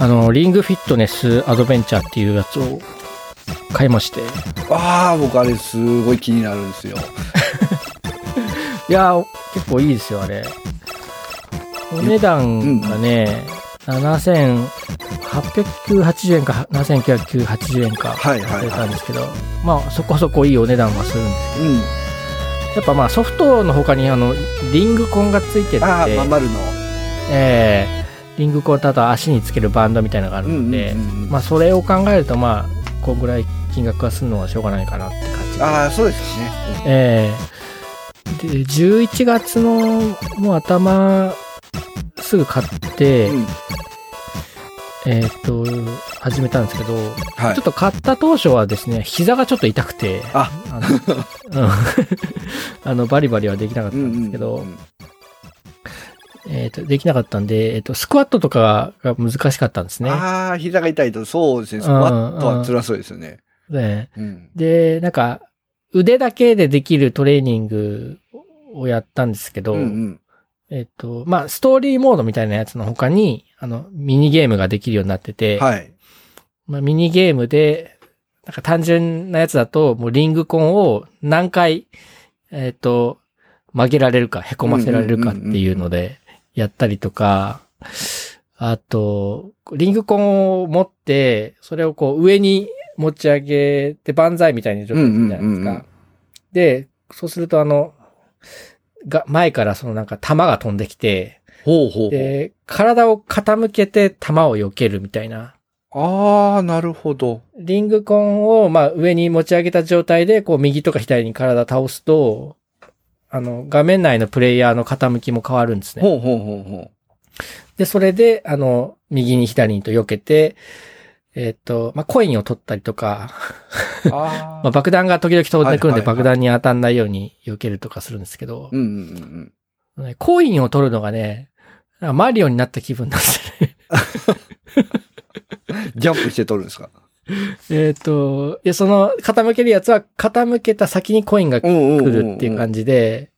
あの、リングフィットネスアドベンチャーっていうやつを買いまして。ああ、僕あれすごい気になるんですよ。いやー、結構いいですよ、あれ。お値段がね、7890円か7980円かはいはい出はたいん。ですけど、まあそこそこいいお値段はするんですうん。けどやっぱまあソフトの他にあのリングコンがついてて、ああ、まん丸の。えーリングコンとあと足につけるバンドみたいなのがあるうんうんのうんで、うん。まあそれを考えるとまあこんぐらい金額がするのはしょうがないかなって感じでああ、そうですね。ええで11月のもう頭すぐ買って、うん。えーっと始めたんですけど、はちょっ。いと買った当初はですね膝がちょっと痛くてああのうん あのバリバリはできなかったうんでんすけど、うんうんえーっとできなかったんで、えーっとスクワットとかが難しかったんですね。ああ、膝が痛いと、そうですね。うんスクワットは辛そうですよね。ねうん。でなんか腕だけでできるトレーニングをやったんですけうど、んうん。えっと、まあ、ストーリーモードみたいなやつの他に、あの、ミニゲームができるようになってて、はい。まあ、ミニゲームで、なんか単純なやつだと、もうリングコンを何回、えっと、曲げられるか、凹ませられるかっていうので、やったりとか、あと、リングコンを持って、それをこう上に持ち上げて、万歳みたいにちょっとするじゃないですうんうんうんうんか。で、そうするとあの、が、前からそのなんか弾が飛んできて、ほうほうほで、体を傾けて弾を避けるみたいな。う。ああ、なるほど。リングコンを、まあ、上に持ち上げた状態で、こう、右とか左に体倒すと、あの、画面内のプレイヤーの傾きも変わるんですね。ほうほうほ うほで、それで、あの、右に左にと避けて、えっ、と、まあ、コインを取ったりと か、う。あまあ、あ。爆弾が時々飛んでくるんはいはいはでい爆弾に当たんないように避けるとかするんですけどう、んうんうんうん。ねコインを取るのがね、なんかマリオになった気分なんですね。ジャンプして取る んですかえっと、いや、その、傾けるやつは、傾けた先にコインがうんうん来るっていう感じで、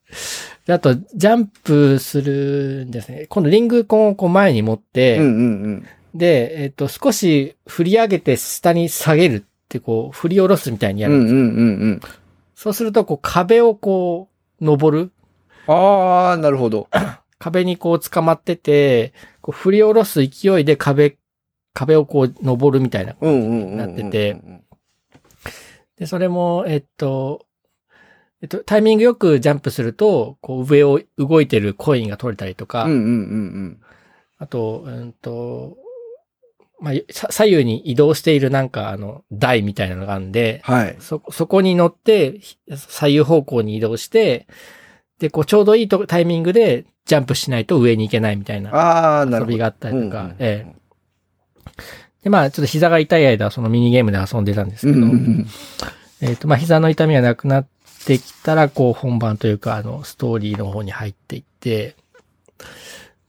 であと、ジャンプするんですね。今度、リングコンをこう前に持って、うんうんうん。で、えっ、と、少し振り上げて下に下げるって、こう、振り下ろすみたいにやうる。んうんうんうん。そうすると、こう、壁をこう、登る。ああ、なるほど。壁にこう、捕まってて、こう振り下ろす勢いで壁、壁をこう、登るみたいな。うんうんうんうん。なってて。で、それも、えっと、えっと、タイミングよくジャンプすると、こう上を動いてるコインが取れたりとか、うんうんうんあと、うんと、まあ、さ左右に移動しているなんか、あの、台みたいなのがあるんで、うん。はい。そ、そこに乗って、ひ左右方向に移動して、で、こう、ちょうどいいとタイミングでジャンプしないと上に行けないみたいなああ、なる遊ほびど。があったりとか、ええ。えで、まあ、ちょっと膝が痛い間はそのミニゲームで遊んでたんですうけんど、うんうん。えっ、と、まあ、膝の痛みがなくなってきたら、こう、本番というか、あの、ストーリーの方に入っていって、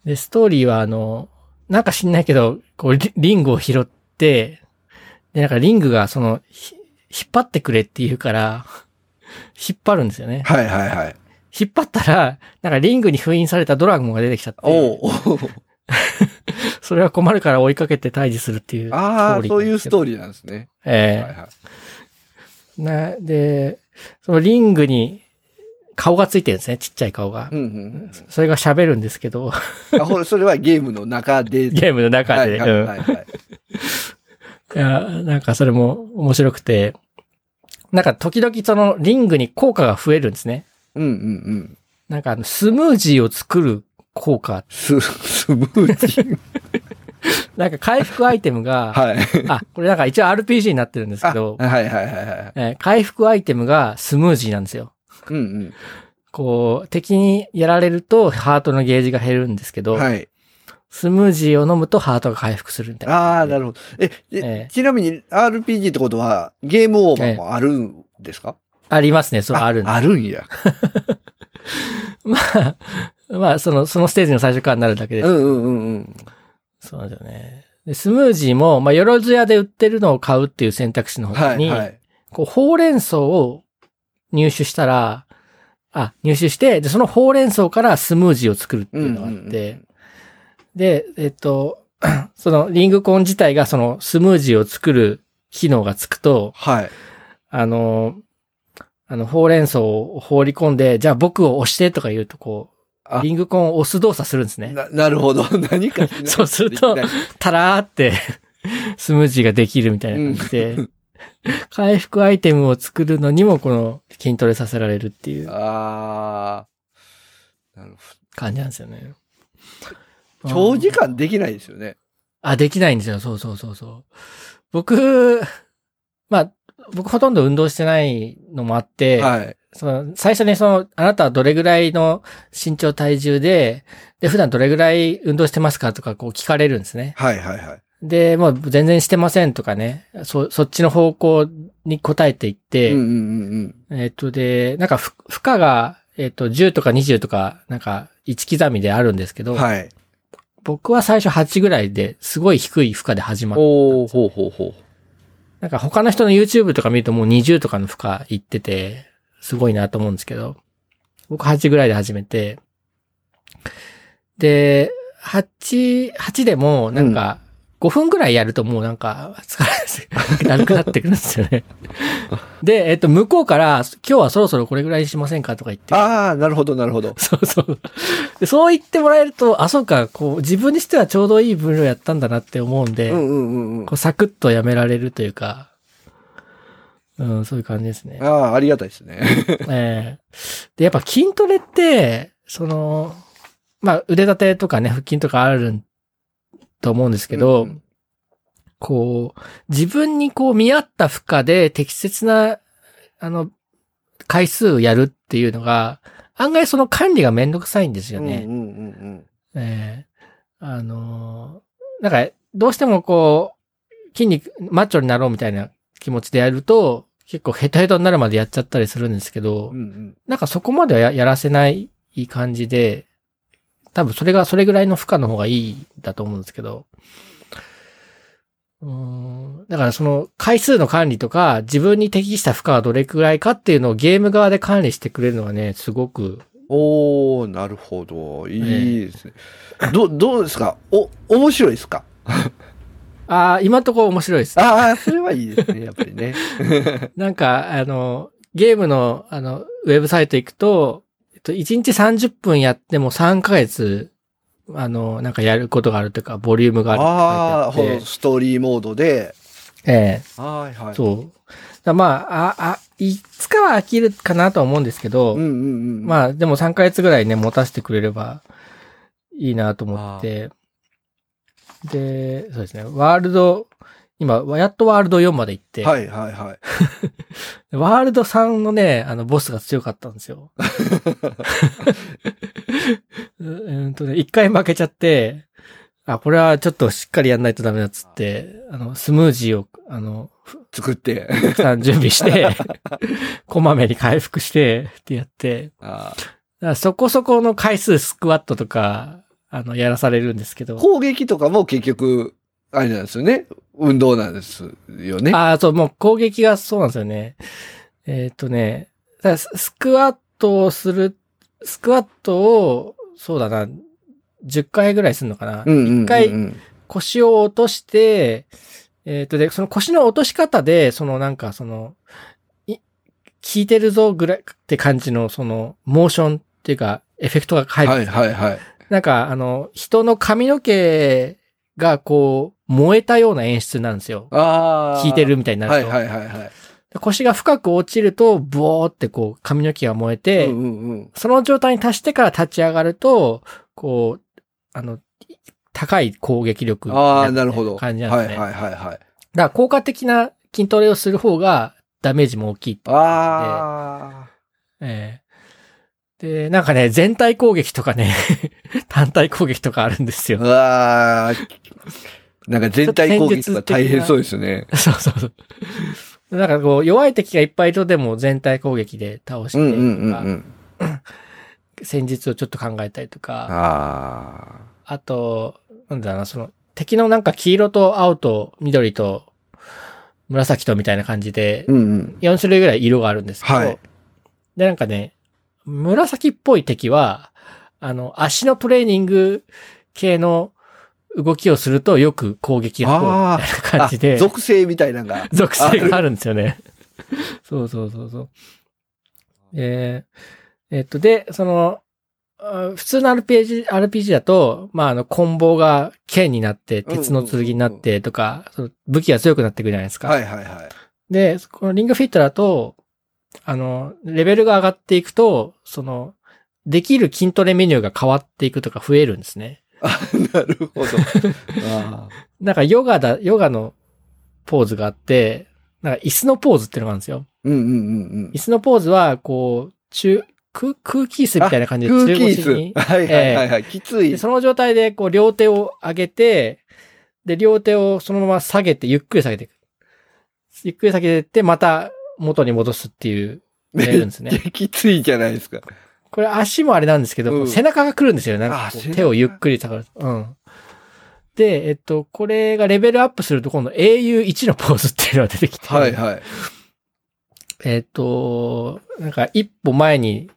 で、ストーリーは、あの、なんか知んないけど、こうリ、リングを拾って、で、なんかリングが、その、ひ引っ張ってくれって言うから、引っ張るんですよね。はいはいはい。引っ張ったら、なんかリングに封印されたドラゴンが出てきちゃって、おうおう。それは困るから追いかけて退治するっていうストあーあ、リーなんですけど。そういうスーリー。トーリーなんですね。ええはいはいな、で、そのリングに顔がついてるんですね、ちっちゃい顔がう。んうんそれが喋るんですけど、うん。あ、ほら、それはゲームの中で。 ゲームの中で。はいはういんはいはい。いや、なんかそれも面白くて、なんか時々そのリングに効果が増えるんですね。うんうんうん。なんかあのスムージーを作る効果。ス、スムージー。なんか回復アイテム が、はい。あ、これなんか一応 RPG になってるん ですけあど、はいはいはいはい。えー回復アイテムがスムージーなんですよ。うんこう、敵にやられるとハートのゲージが減るんですけうど、ん。はい。スムージーを飲むとハートが回復するみたいな。ああ、なるほど。え、ええちなみに RPG ってことは、ゲームオーバーもあるんですかありますね、それあるんであるんや。まあ、まあ、その、そのステージの最初からなるだけでうす。んうんうんうん。そうなんですよね。で、スムージーも、まあ、よろずやで売ってるのを買うっていう選択肢のは他いに、はい。こう、ほうれん草を入手したら、あ、入手して、で、そのほうれん草からスムージーを作るっていうのがあって、うんうんうんで、えっと、 そのリングコン自体がそのスムージーを作る機能がつくと、はい。あの、あの、ほうれん草を放り込んで、じゃあ僕を押してとか言うと、こあう、リングコンを押す動作するんですね。な、なるほど。 何かしないそうするとできないたらーって、 スムージーができるみたいな感じで、 回復アイテムを作るのにも、この筋トレさせられるっていうああ。なるほ感じなんですよね。ど。 長時間できないですよね。あ、できないんですよ。そうそうそうそう。僕、まあ、僕ほとんど運動してないのもあって、はい。その最初にその、あなたはどれぐらいの身長体重で、で、普段どれぐらい運動してますかとかこう聞かれるんですね。はいはいはい。で、もう全然してませんとかね、そ、そっちの方向に答えていって、うんうんうんうん。えっ、とで、なんかふ負荷が、えっ、と、10とか20とか、なんか1刻みであるんですけど、はい。僕は最初8ぐらいですごい低い負荷で始まっておおほうほうほなんか他の人の YouTube とか見るともう20とかの負荷いってて、すごいなと思うんですけど、僕8ぐらいで始めて、で、8、8でもなんか5分ぐらいやるともうなんか疲れて、だるくなってくるんですよね。で、えっと、向こうから今日はそろそろこれぐらいにしませんかとか言ってう。、ああ、なるほどなるほど。そうそう。でそう言ってもらえると、あ、そうか、こう自分にしてはちょうどいい分量やったんだなって思うんで、うんうんうんうんこ。うサクッとやめられるというか、うん、そういう感じですねあ。あ、ありがたいですね。えーで、やっぱ筋トレって、その、まあ腕立てとかね、腹筋とかあると思うんですけど、うんこう、自分にこう見合った負荷で適切な、あの、回数やるっていうのが、案外その管理がめんどくさいんですよね。うんうんうんうん。ええあのーなんか、どうしてもこう、筋肉、マッチョになろうみたいな気持ちでやると、結構ヘトヘトになるまでやっちゃったりするんですけどうんう、んなんかそこまではややらせない感じで、多分それが、それぐらいの負荷の方がいいんだと思うんですけど、うーん、だからその回数の管理とか、自分に適した負荷はどれくらいかっていうのをゲーム側で管理してくれるのがね、すごく、おー、なるほど。いいですね。ど、どうですかお、面白いですかああ、今んところ面白いです。ああ、それはいいで すね、やっぱりね。なんか、あの、ゲームの、あの、ウェブサイト行くと、えっと、1日30分やっても3ヶ月、あの、なんかやることがあるというか、ボリュームがああ、あるって書ほいてあどって。ストーリーモードで。えはいはえ、い。そう。だからまあ、あ、あ、いつかは飽きるかなとは思うんですけど、うんうんうん。あ、まあ、でも3ヶ月ぐらいね、持たせてくれればいいなと思って、で、そうですね、ワールド、今、やっとワールド4まで行って、はいはいはい。ワールド3のね、あの、ボスが強かったんですよ。ううんとね、一回負けちゃって、あ、これはちょっとしっかりやんないとダメだっつって、あの、スムージーを、あの、作って。たくさん準備して、こまめに回復して、ってやって、 あーだからそこそこの回数スクワットとか、あの、やらされるんですけど、攻撃とかも結局、あれなんですよね。運動なんですよね。ああ、そう、もう攻撃がそうなんですよね。えーっ、とね、だからススクワットをする、スクワットを、そうだな、10回ぐらいするのかな。うんうんうんうん。一回腰を落として、えーっ、と、で、その腰の落とし方で、そのなんかその、い効いてるぞぐらいって感じの、その、モーションっていうか、エフェクトが入る。はいはいはい。なんか、あの、人の髪の毛がこう、燃えたような演出になるんですよ。ああ。効いてるみたいになると。はいはいはいはい。で腰が深く落ちると、ブオーってこう髪の毛が燃えて、うんうんうん。その状態に達してから立ち上がると、こう、あの、高い攻撃力にあるあ、なるほど。感じなんですね。はだかいはいはいはい。ら効果的な筋トレをする方がダメージも大きいってあええで、なんかね、全体攻撃とかね、 単体攻撃とかあるんですあ。よ。うわあ。なんか全体攻撃が大変そうですね。そうそうそう。なんかこう、弱い敵がいっぱいいるとでも全体攻撃で倒してうとんか、うんうんうん。戦術をちょっと考えたりとか、ああと、なんだろうな、その、敵のなんか黄色と青と緑と紫とみたいな感じであ。、うんうん。 4種類ぐらい色があるんですけど、はいで、なんかね、紫っぽい敵は、あの、足のトレーニング系の動きをするとよく攻撃がこう、みたいな感じであ、属性みたいなのが。属性があるんですよね。そうそうそうそう。えーえっと、で、その、あ普通の RPG, RPG だと、まあ、あの、棍棒が剣になって、鉄の剣になってとか、その武器が強くなっていくじゃないですか。はいはいはい。で、このリングフィットだと、あの、レベルが上がっていくと、その、できる筋トレメニューが変わっていくとか増えるんですね。あなるほど。あなんかヨガだ、ヨガのポーズがあって、なんか椅子のポーズっていうのがあるんですよ。うんうんうん椅子のポーズは、こう、中、空、空気椅子みたいな感じうん。で空中気腰椅に子。。はいはいはいはい。きついで、。その状態で、こう、両手を上げて、で、両手をそのまま下げて、ゆっくり下げていく。ゆっくり下げてって、また元に戻すっていう、めやっるんですね。ちゃきついじゃないですか。これ足もあれなんですけど、うん背中が来るんですよ。なんかこあ背う中手をゆっくり下がる。うん。で、えっと、これがレベルアップすると、今度英雄1のポーズっていうのが出てきて、はいはい。えっと、なんか一歩前に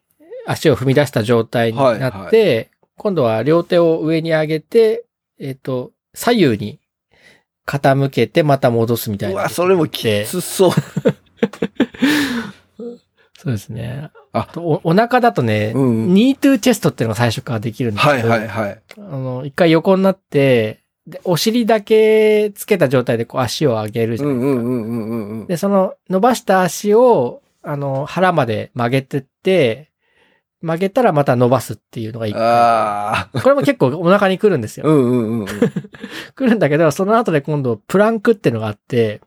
足を踏み出した状態になって、今度は両手を上に上げて、えっと、左右に傾けてまた戻すみたいうな。わ、それもきつそう。そうですね。あとおお腹だとね、うんニートゥーチェストっていうのが最初からできるんですけど、はいはいはい。あの、一回横になって、で、お尻だけつけた状態でこう足を上げるじゃうないですんうか。んうんうんうんうん。で、その伸ばした足を、あの、腹まで曲げてって、曲げたらまた伸ばすっていうのがいい。こああ。れも結構お腹に来るんですうよ。んうんうんうん。来るんだけど、その後で今度プランクっていうのがあって、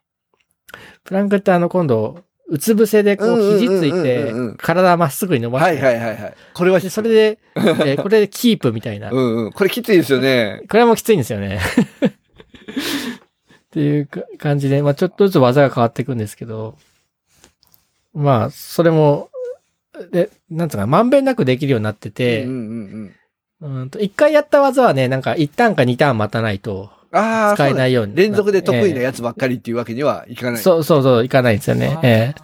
プランクってあの今度、うつ伏せでこうんうんううん肘ついてうんうん、体まっすぐに伸ばはしいて、はいはいはい。これはでそれ で、えーこれでキープみたいな。うんうん。これきついですよね。これもきついんですよね。 っていうか感じで、まあちょっとずつ技が変わっていくんですけど、まあ、それも、で、なんつうか、まんべんなくできるようになってて、ううんんうんうん。と一回やった技はね、なんか一ターンか二ターン待たないとああ、。使えないいように連続で得意なややつばっかりっていうわけにはいかない。そうそうそう、いかないんですよねあ。ーえ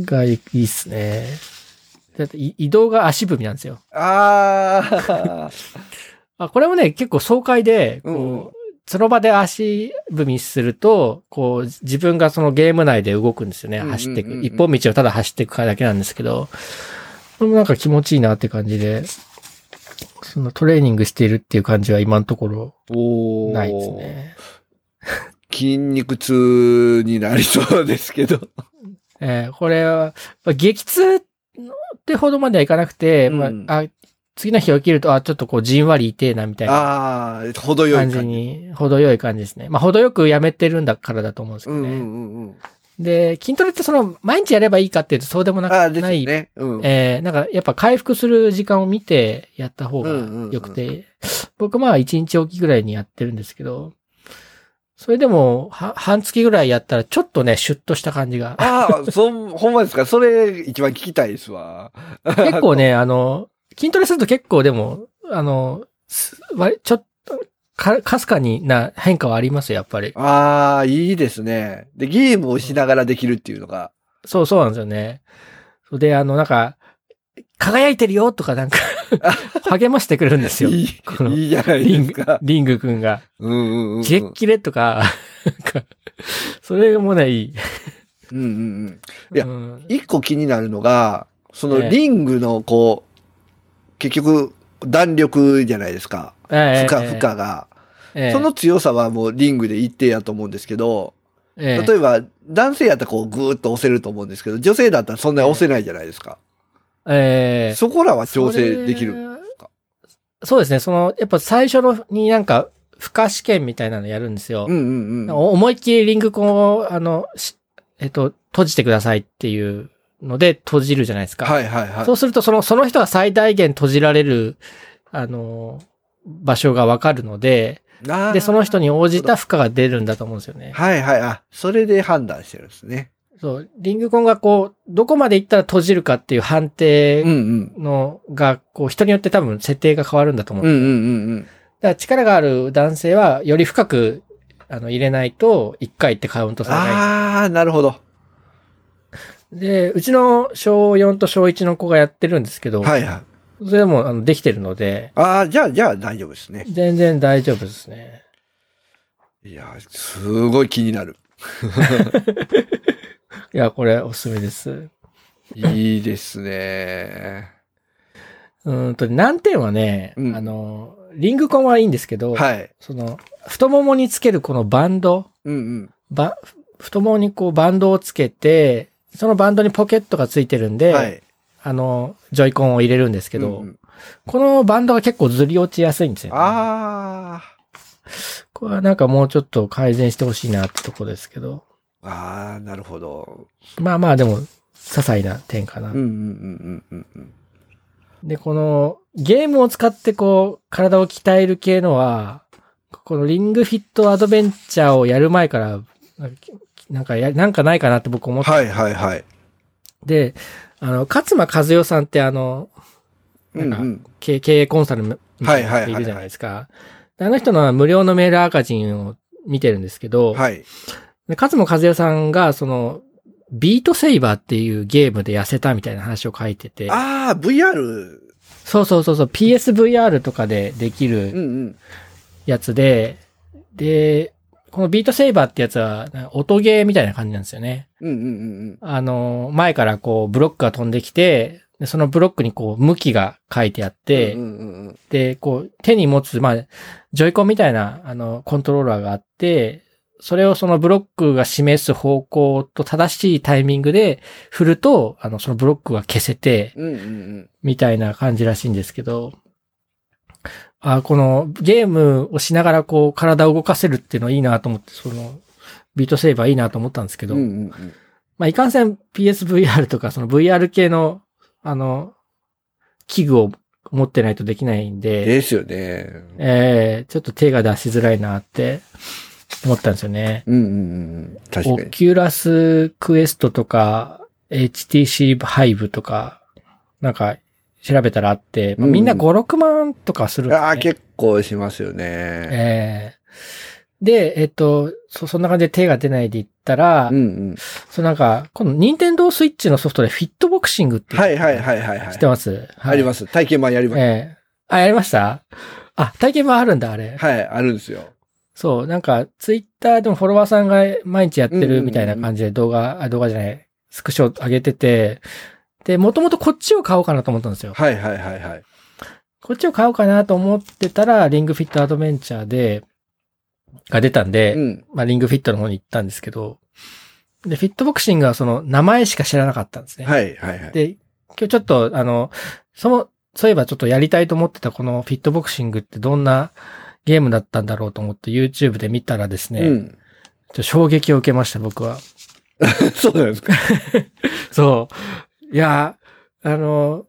えがいいいいっすね。だってい移動が足踏みなんですよ。ああ。あ、これもね、結構爽快で、こう、うんうんその場で足踏みすると、こう、自分がそのゲーム内で動くんですよね。うんうんうんうん走っていく。一本道をただ走っていくだけなんですけど、これもなんか気持ちいいなって感じで、そのトレーニングしているっていう感じは今のところお ーないです。ね。筋肉痛になりそうですけど。えーこれは、まあ激痛ってほどまではいかなくて、うんまあ、あ次の日起きると、あ、ちょっとこう、じんわり痛えなみたいなああ、程よ感いじ感じ。に、程よい感じですね。まあ、程よくやめてるんだからだと思うんですけうどんうね。んうんうん。で、筋トレってその、毎日やればいいかっていうとそうでもなくああ、ですない。よね。うん。えー、なんかやっぱ回復する時間を見てやった方が良くて、僕まあ1日おきぐらいにやってるんですけど、それでも、は、半月ぐらいやったらちょっとね、シュッとした感じ が。ああ、そん、ほんまですか。それ一番聞きたいですわ。結構ね、あの、筋トレすると結構でも、あの、す割ちょっと、か、かすかにな変化はありますよ、やっぱり。ああ、いいですね。で、ゲームをしながらできるっていうのが。そうそうなんですよね。そうで、あの、なんか、輝いてるよとかなん か、励ましてくれるんですよ。いい、このいいじゃないリでンすグか、。リングくんが、うんうんうんうん。キレッキレとか、なんかそれもね、いい。うんうんうん。いやうん一個気になるのが、そのええリングのこう、結局、弾力じゃないですか。負ええ荷、負荷が。ええその強さはもうリングで一定やと思うんですけど、ええ例えば男性やったらこうグーッと押せると思うんですけど、女性だったらそんなに押せないじゃないですか。ええそこらは調整できる。かそれそうですね、その、やっぱ最初のになんか、負荷試験みたいなのやるんですよ。うんうんうん。お思いっきりリングコンを、あの、しえっと、閉じてくださいっていうので閉じるじゃないですか。はいはいはいそう。すると、その、その人が最大限閉じられる、あの、場所がわかるので、あーで、その人に応じた負荷が出るんだと思うんですよね。はいはい。あ、それで判断してるんですね。そう、リングコンがこう、どこまで行ったら閉じるかっていう判うんう定ん。のが、こう、人によって多分設定が変わるんだと思う。うんうだんうんうん。から力がある男性は、より深く、あの、入れないと、1回ってカウントされない。ああ、なるほど。で、うちの小4と小1の子がやってるんですけど、はいはい。それでもあのできてるので、ああ、じゃあ、じゃあ大丈夫ですね。全然大丈夫ですね。いやー、すごい気になる。いや、これおすすめです。いいですね。うーんと、難点はね、うんあの、リングコンはいいんですけど、 はい。その、太ももにつけるこのバンド、うんうん。ば、太ももにこうバンドをつけて、そのバンドにポケットがついてるんで、はい。あの、ジョイコンを入れるんですけど、うんうんこのバンドが結構ずり落ちやすいんですよ、ね。あこれはなんかもうちょっと改善してほしいなってとこですけど。あ。ああ、なるほど。まあまあでも、些細な点かな。うんうんうんうんうんで、このゲームを使ってこう、体を鍛える系のは、このリングフィットアドベンチャーをやる前から、なんかなんかや、なんかないかなって僕思うん。って、はいはいはい。で、あの、勝間和代さんってあの、うんうなんん。経経営コンサルみたいな人いるじゃないですか。であの人の無料のメール赤字を見てるんですけど、はい。で勝間和代さんが、その、ビートセイバーっていうゲームで痩せたみたいな話を書いてて、ああ、VR。そうそうそうそう、PSVR とかでできうんるうん。やつで、で、このビートセイバーってやつは、なんか音ゲーみたいな感じなんですよね。うんうんうんあの、前からこう、ブロックが飛んできて、でそのブロックにこう、向きが書いてあっうん。て、うんうんうんうん。で、こう、手に持つ、まあ、ジョイコンみたいな、あの、コントローラーがあって、それをそのブロックが示す方向と正しいタイミングで振ると、あの、そのブロックが消せて、うんうんうん。みたいな感じらしいんですけど、あこのゲームをしながらこう体を動かせるっていうのいいなと思って、そのビートセイバーいいなと思ったんですけうど、んうんうん。まあいかんせん PSVR とかその VR 系のあの、器具を持ってないとできないんで、ですよね。えー、ちょっと手が出しづらいなって思ったんですよね。うんうんうんうん。確かオに。キュラスクエストとか、HTC ハイブとか、なんか調べたらあって、まあ、うんみんな5、6万とかするんですね、ああ、結構しますよね。えーで、えっと、そ、そんな感じで手が出ないでいったら、うんうん。そうなんか、この任天堂スイッチのソフトでフィットボクシングっていうはいはいはいはいは知ってい。ます、。ありますす。体験版やります。えーあ、やりましたあ、体験版あるんだ、あれ。はい、あるんですよ。そう、なんか、ツイッターでもフォロワーさんが毎日やってるみたいな感じで動画、あ動画じゃない、スクショ上げてて、で、もともとこっちを買おうかなと思ったんですよ。はいはいはいはい。こっちを買おうかなと思ってたら、リングフィットアドベンチャーで、が出たんで、うん。まあ、リングフィットの方に行ったんですけど、で、フィットボクシングはその名前しか知らなかったんですね。はいはいはい。で、今日ちょっと、あの、その、そういえばちょっとやりたいと思ってたこのフィットボクシングってどんなゲームだったんだろうと思って YouTube で見たらですね、うん。 ちょっと衝撃を受けました、僕は。そうなんですか。そう。いや、あの、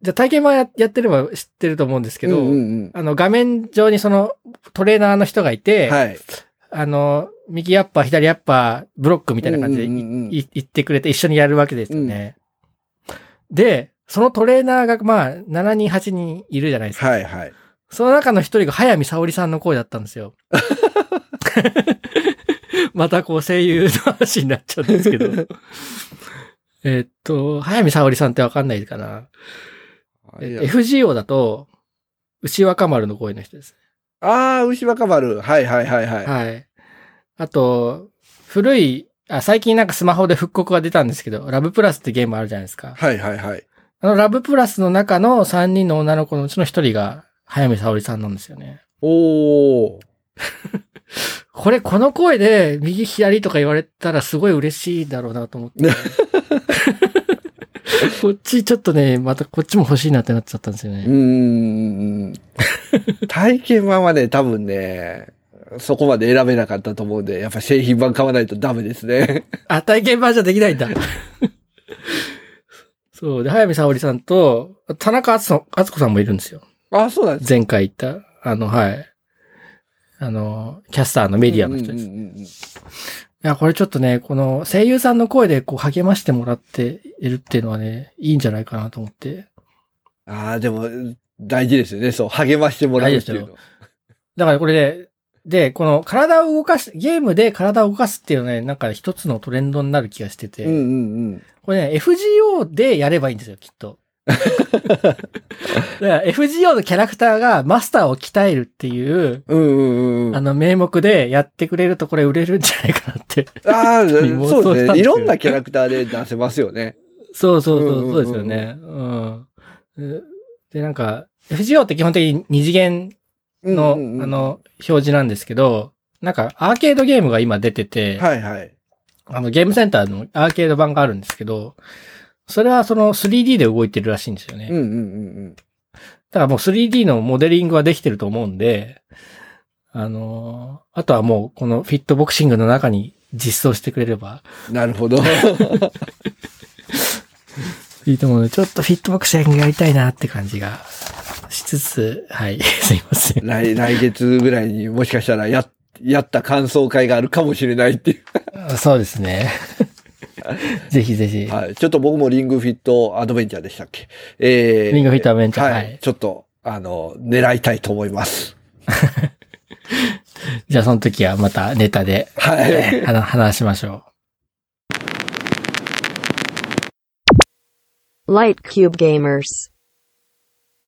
じゃあ体験版ややってれば知ってると思うんですけど、うんうんあの、画面上にそのトレーナーの人がいて、うん。はい。あの、右アッパー、左アッパー、ブロックみたいな感じでい、うんうんうんうんい言ってくれて一緒にやるわけですよね。で、そのトレーナーが、まあ、7人、8人いるじゃないですか。はいはい。その中の一人が早見沙織さんの声だったんですよ。 またこう声優の話になっちゃうんですけど。 えっと、早見沙織さんってわかんないかな。いえや FGO だと、牛若丸の声の人です。ああ、牛若丸。はいはいはいはい。はい。あと、古い、あ、最近なんかスマホで復刻が出たんですけど、ラブプラスってゲームあるじゃないですか。はいはいはい。あの、ラブプラスの中の3人の女の子のうちの1人が、早見沙織さんなんですよね。おー。これ、この声で、右左とか言われたらすごい嬉しいだろうなと思 って。こっち、ちょっとね、またこっちも欲しいなってなっちゃったんですようね。ーん。 体験版はね、多分ね、そこまで選べなかったと思うんで、やっぱ製品版買わないとダメですね。あ、体験版じゃできないんだ。そう。で、早見沙織さんと、田中敦子敦子さんもいるんですよ。 あそうなんです前回言った、あの、はい。あの、キャスターのメディアの人です。ういんうんうんうんや、これちょっとね、この声優さんの声でこう励ましてもらっているっていうのはね、いいんじゃないかなと思って。ああ、でも、大事ですよね。そう、励ましてもらうっていうの。だからこれで、で、この体を動かす、ゲームで体を動かすっていうのはね、なんか一つのトレンドになる気がしてて、うんうんうん。 これね、FGO でやればいいんですよ、きっと。だから FGO のキャラクターがマスターを鍛えるっていう、うんうんうん。ああの名目でやってくれるとこれ売れるんじゃないかなって。 あー、リモートそうですなんですよね。いろんなキャラクターで出せますよね。そうそうそうう、んそうですよね。うん。で、なんか、FGO って基本的に二次元の、うんうんうんあの、、表示なんですけど、なんか、アーケードゲームが今出てて、はいはい。あの、ゲームセンターのアーケード版があるんですけど、それはその 3D で動いてるらしいんですよね。うんうんうんだからもう 3D のモデリングはできてると思うんで、あのーあとはもうこのフィットボクシングの中に実装してくれればうん。なるほ ど。いいと思うので、ちょっとフィットボクシングやりたいなって感じがしつつ、はい、 すいません。来、来月ぐらいにもしかしたらや、やった感想会があるかもしれないって いう。そうですね。 ぜひぜひ。はい。ちょっと僕もリングフィットアドベンチャーでしたっけえー、リングフィットアドベンチャーははいい。ちょっと、あの、狙いたいと思います。じゃあその時はまたネタで、 はい。あの、話しましょ Light Cube Gamers.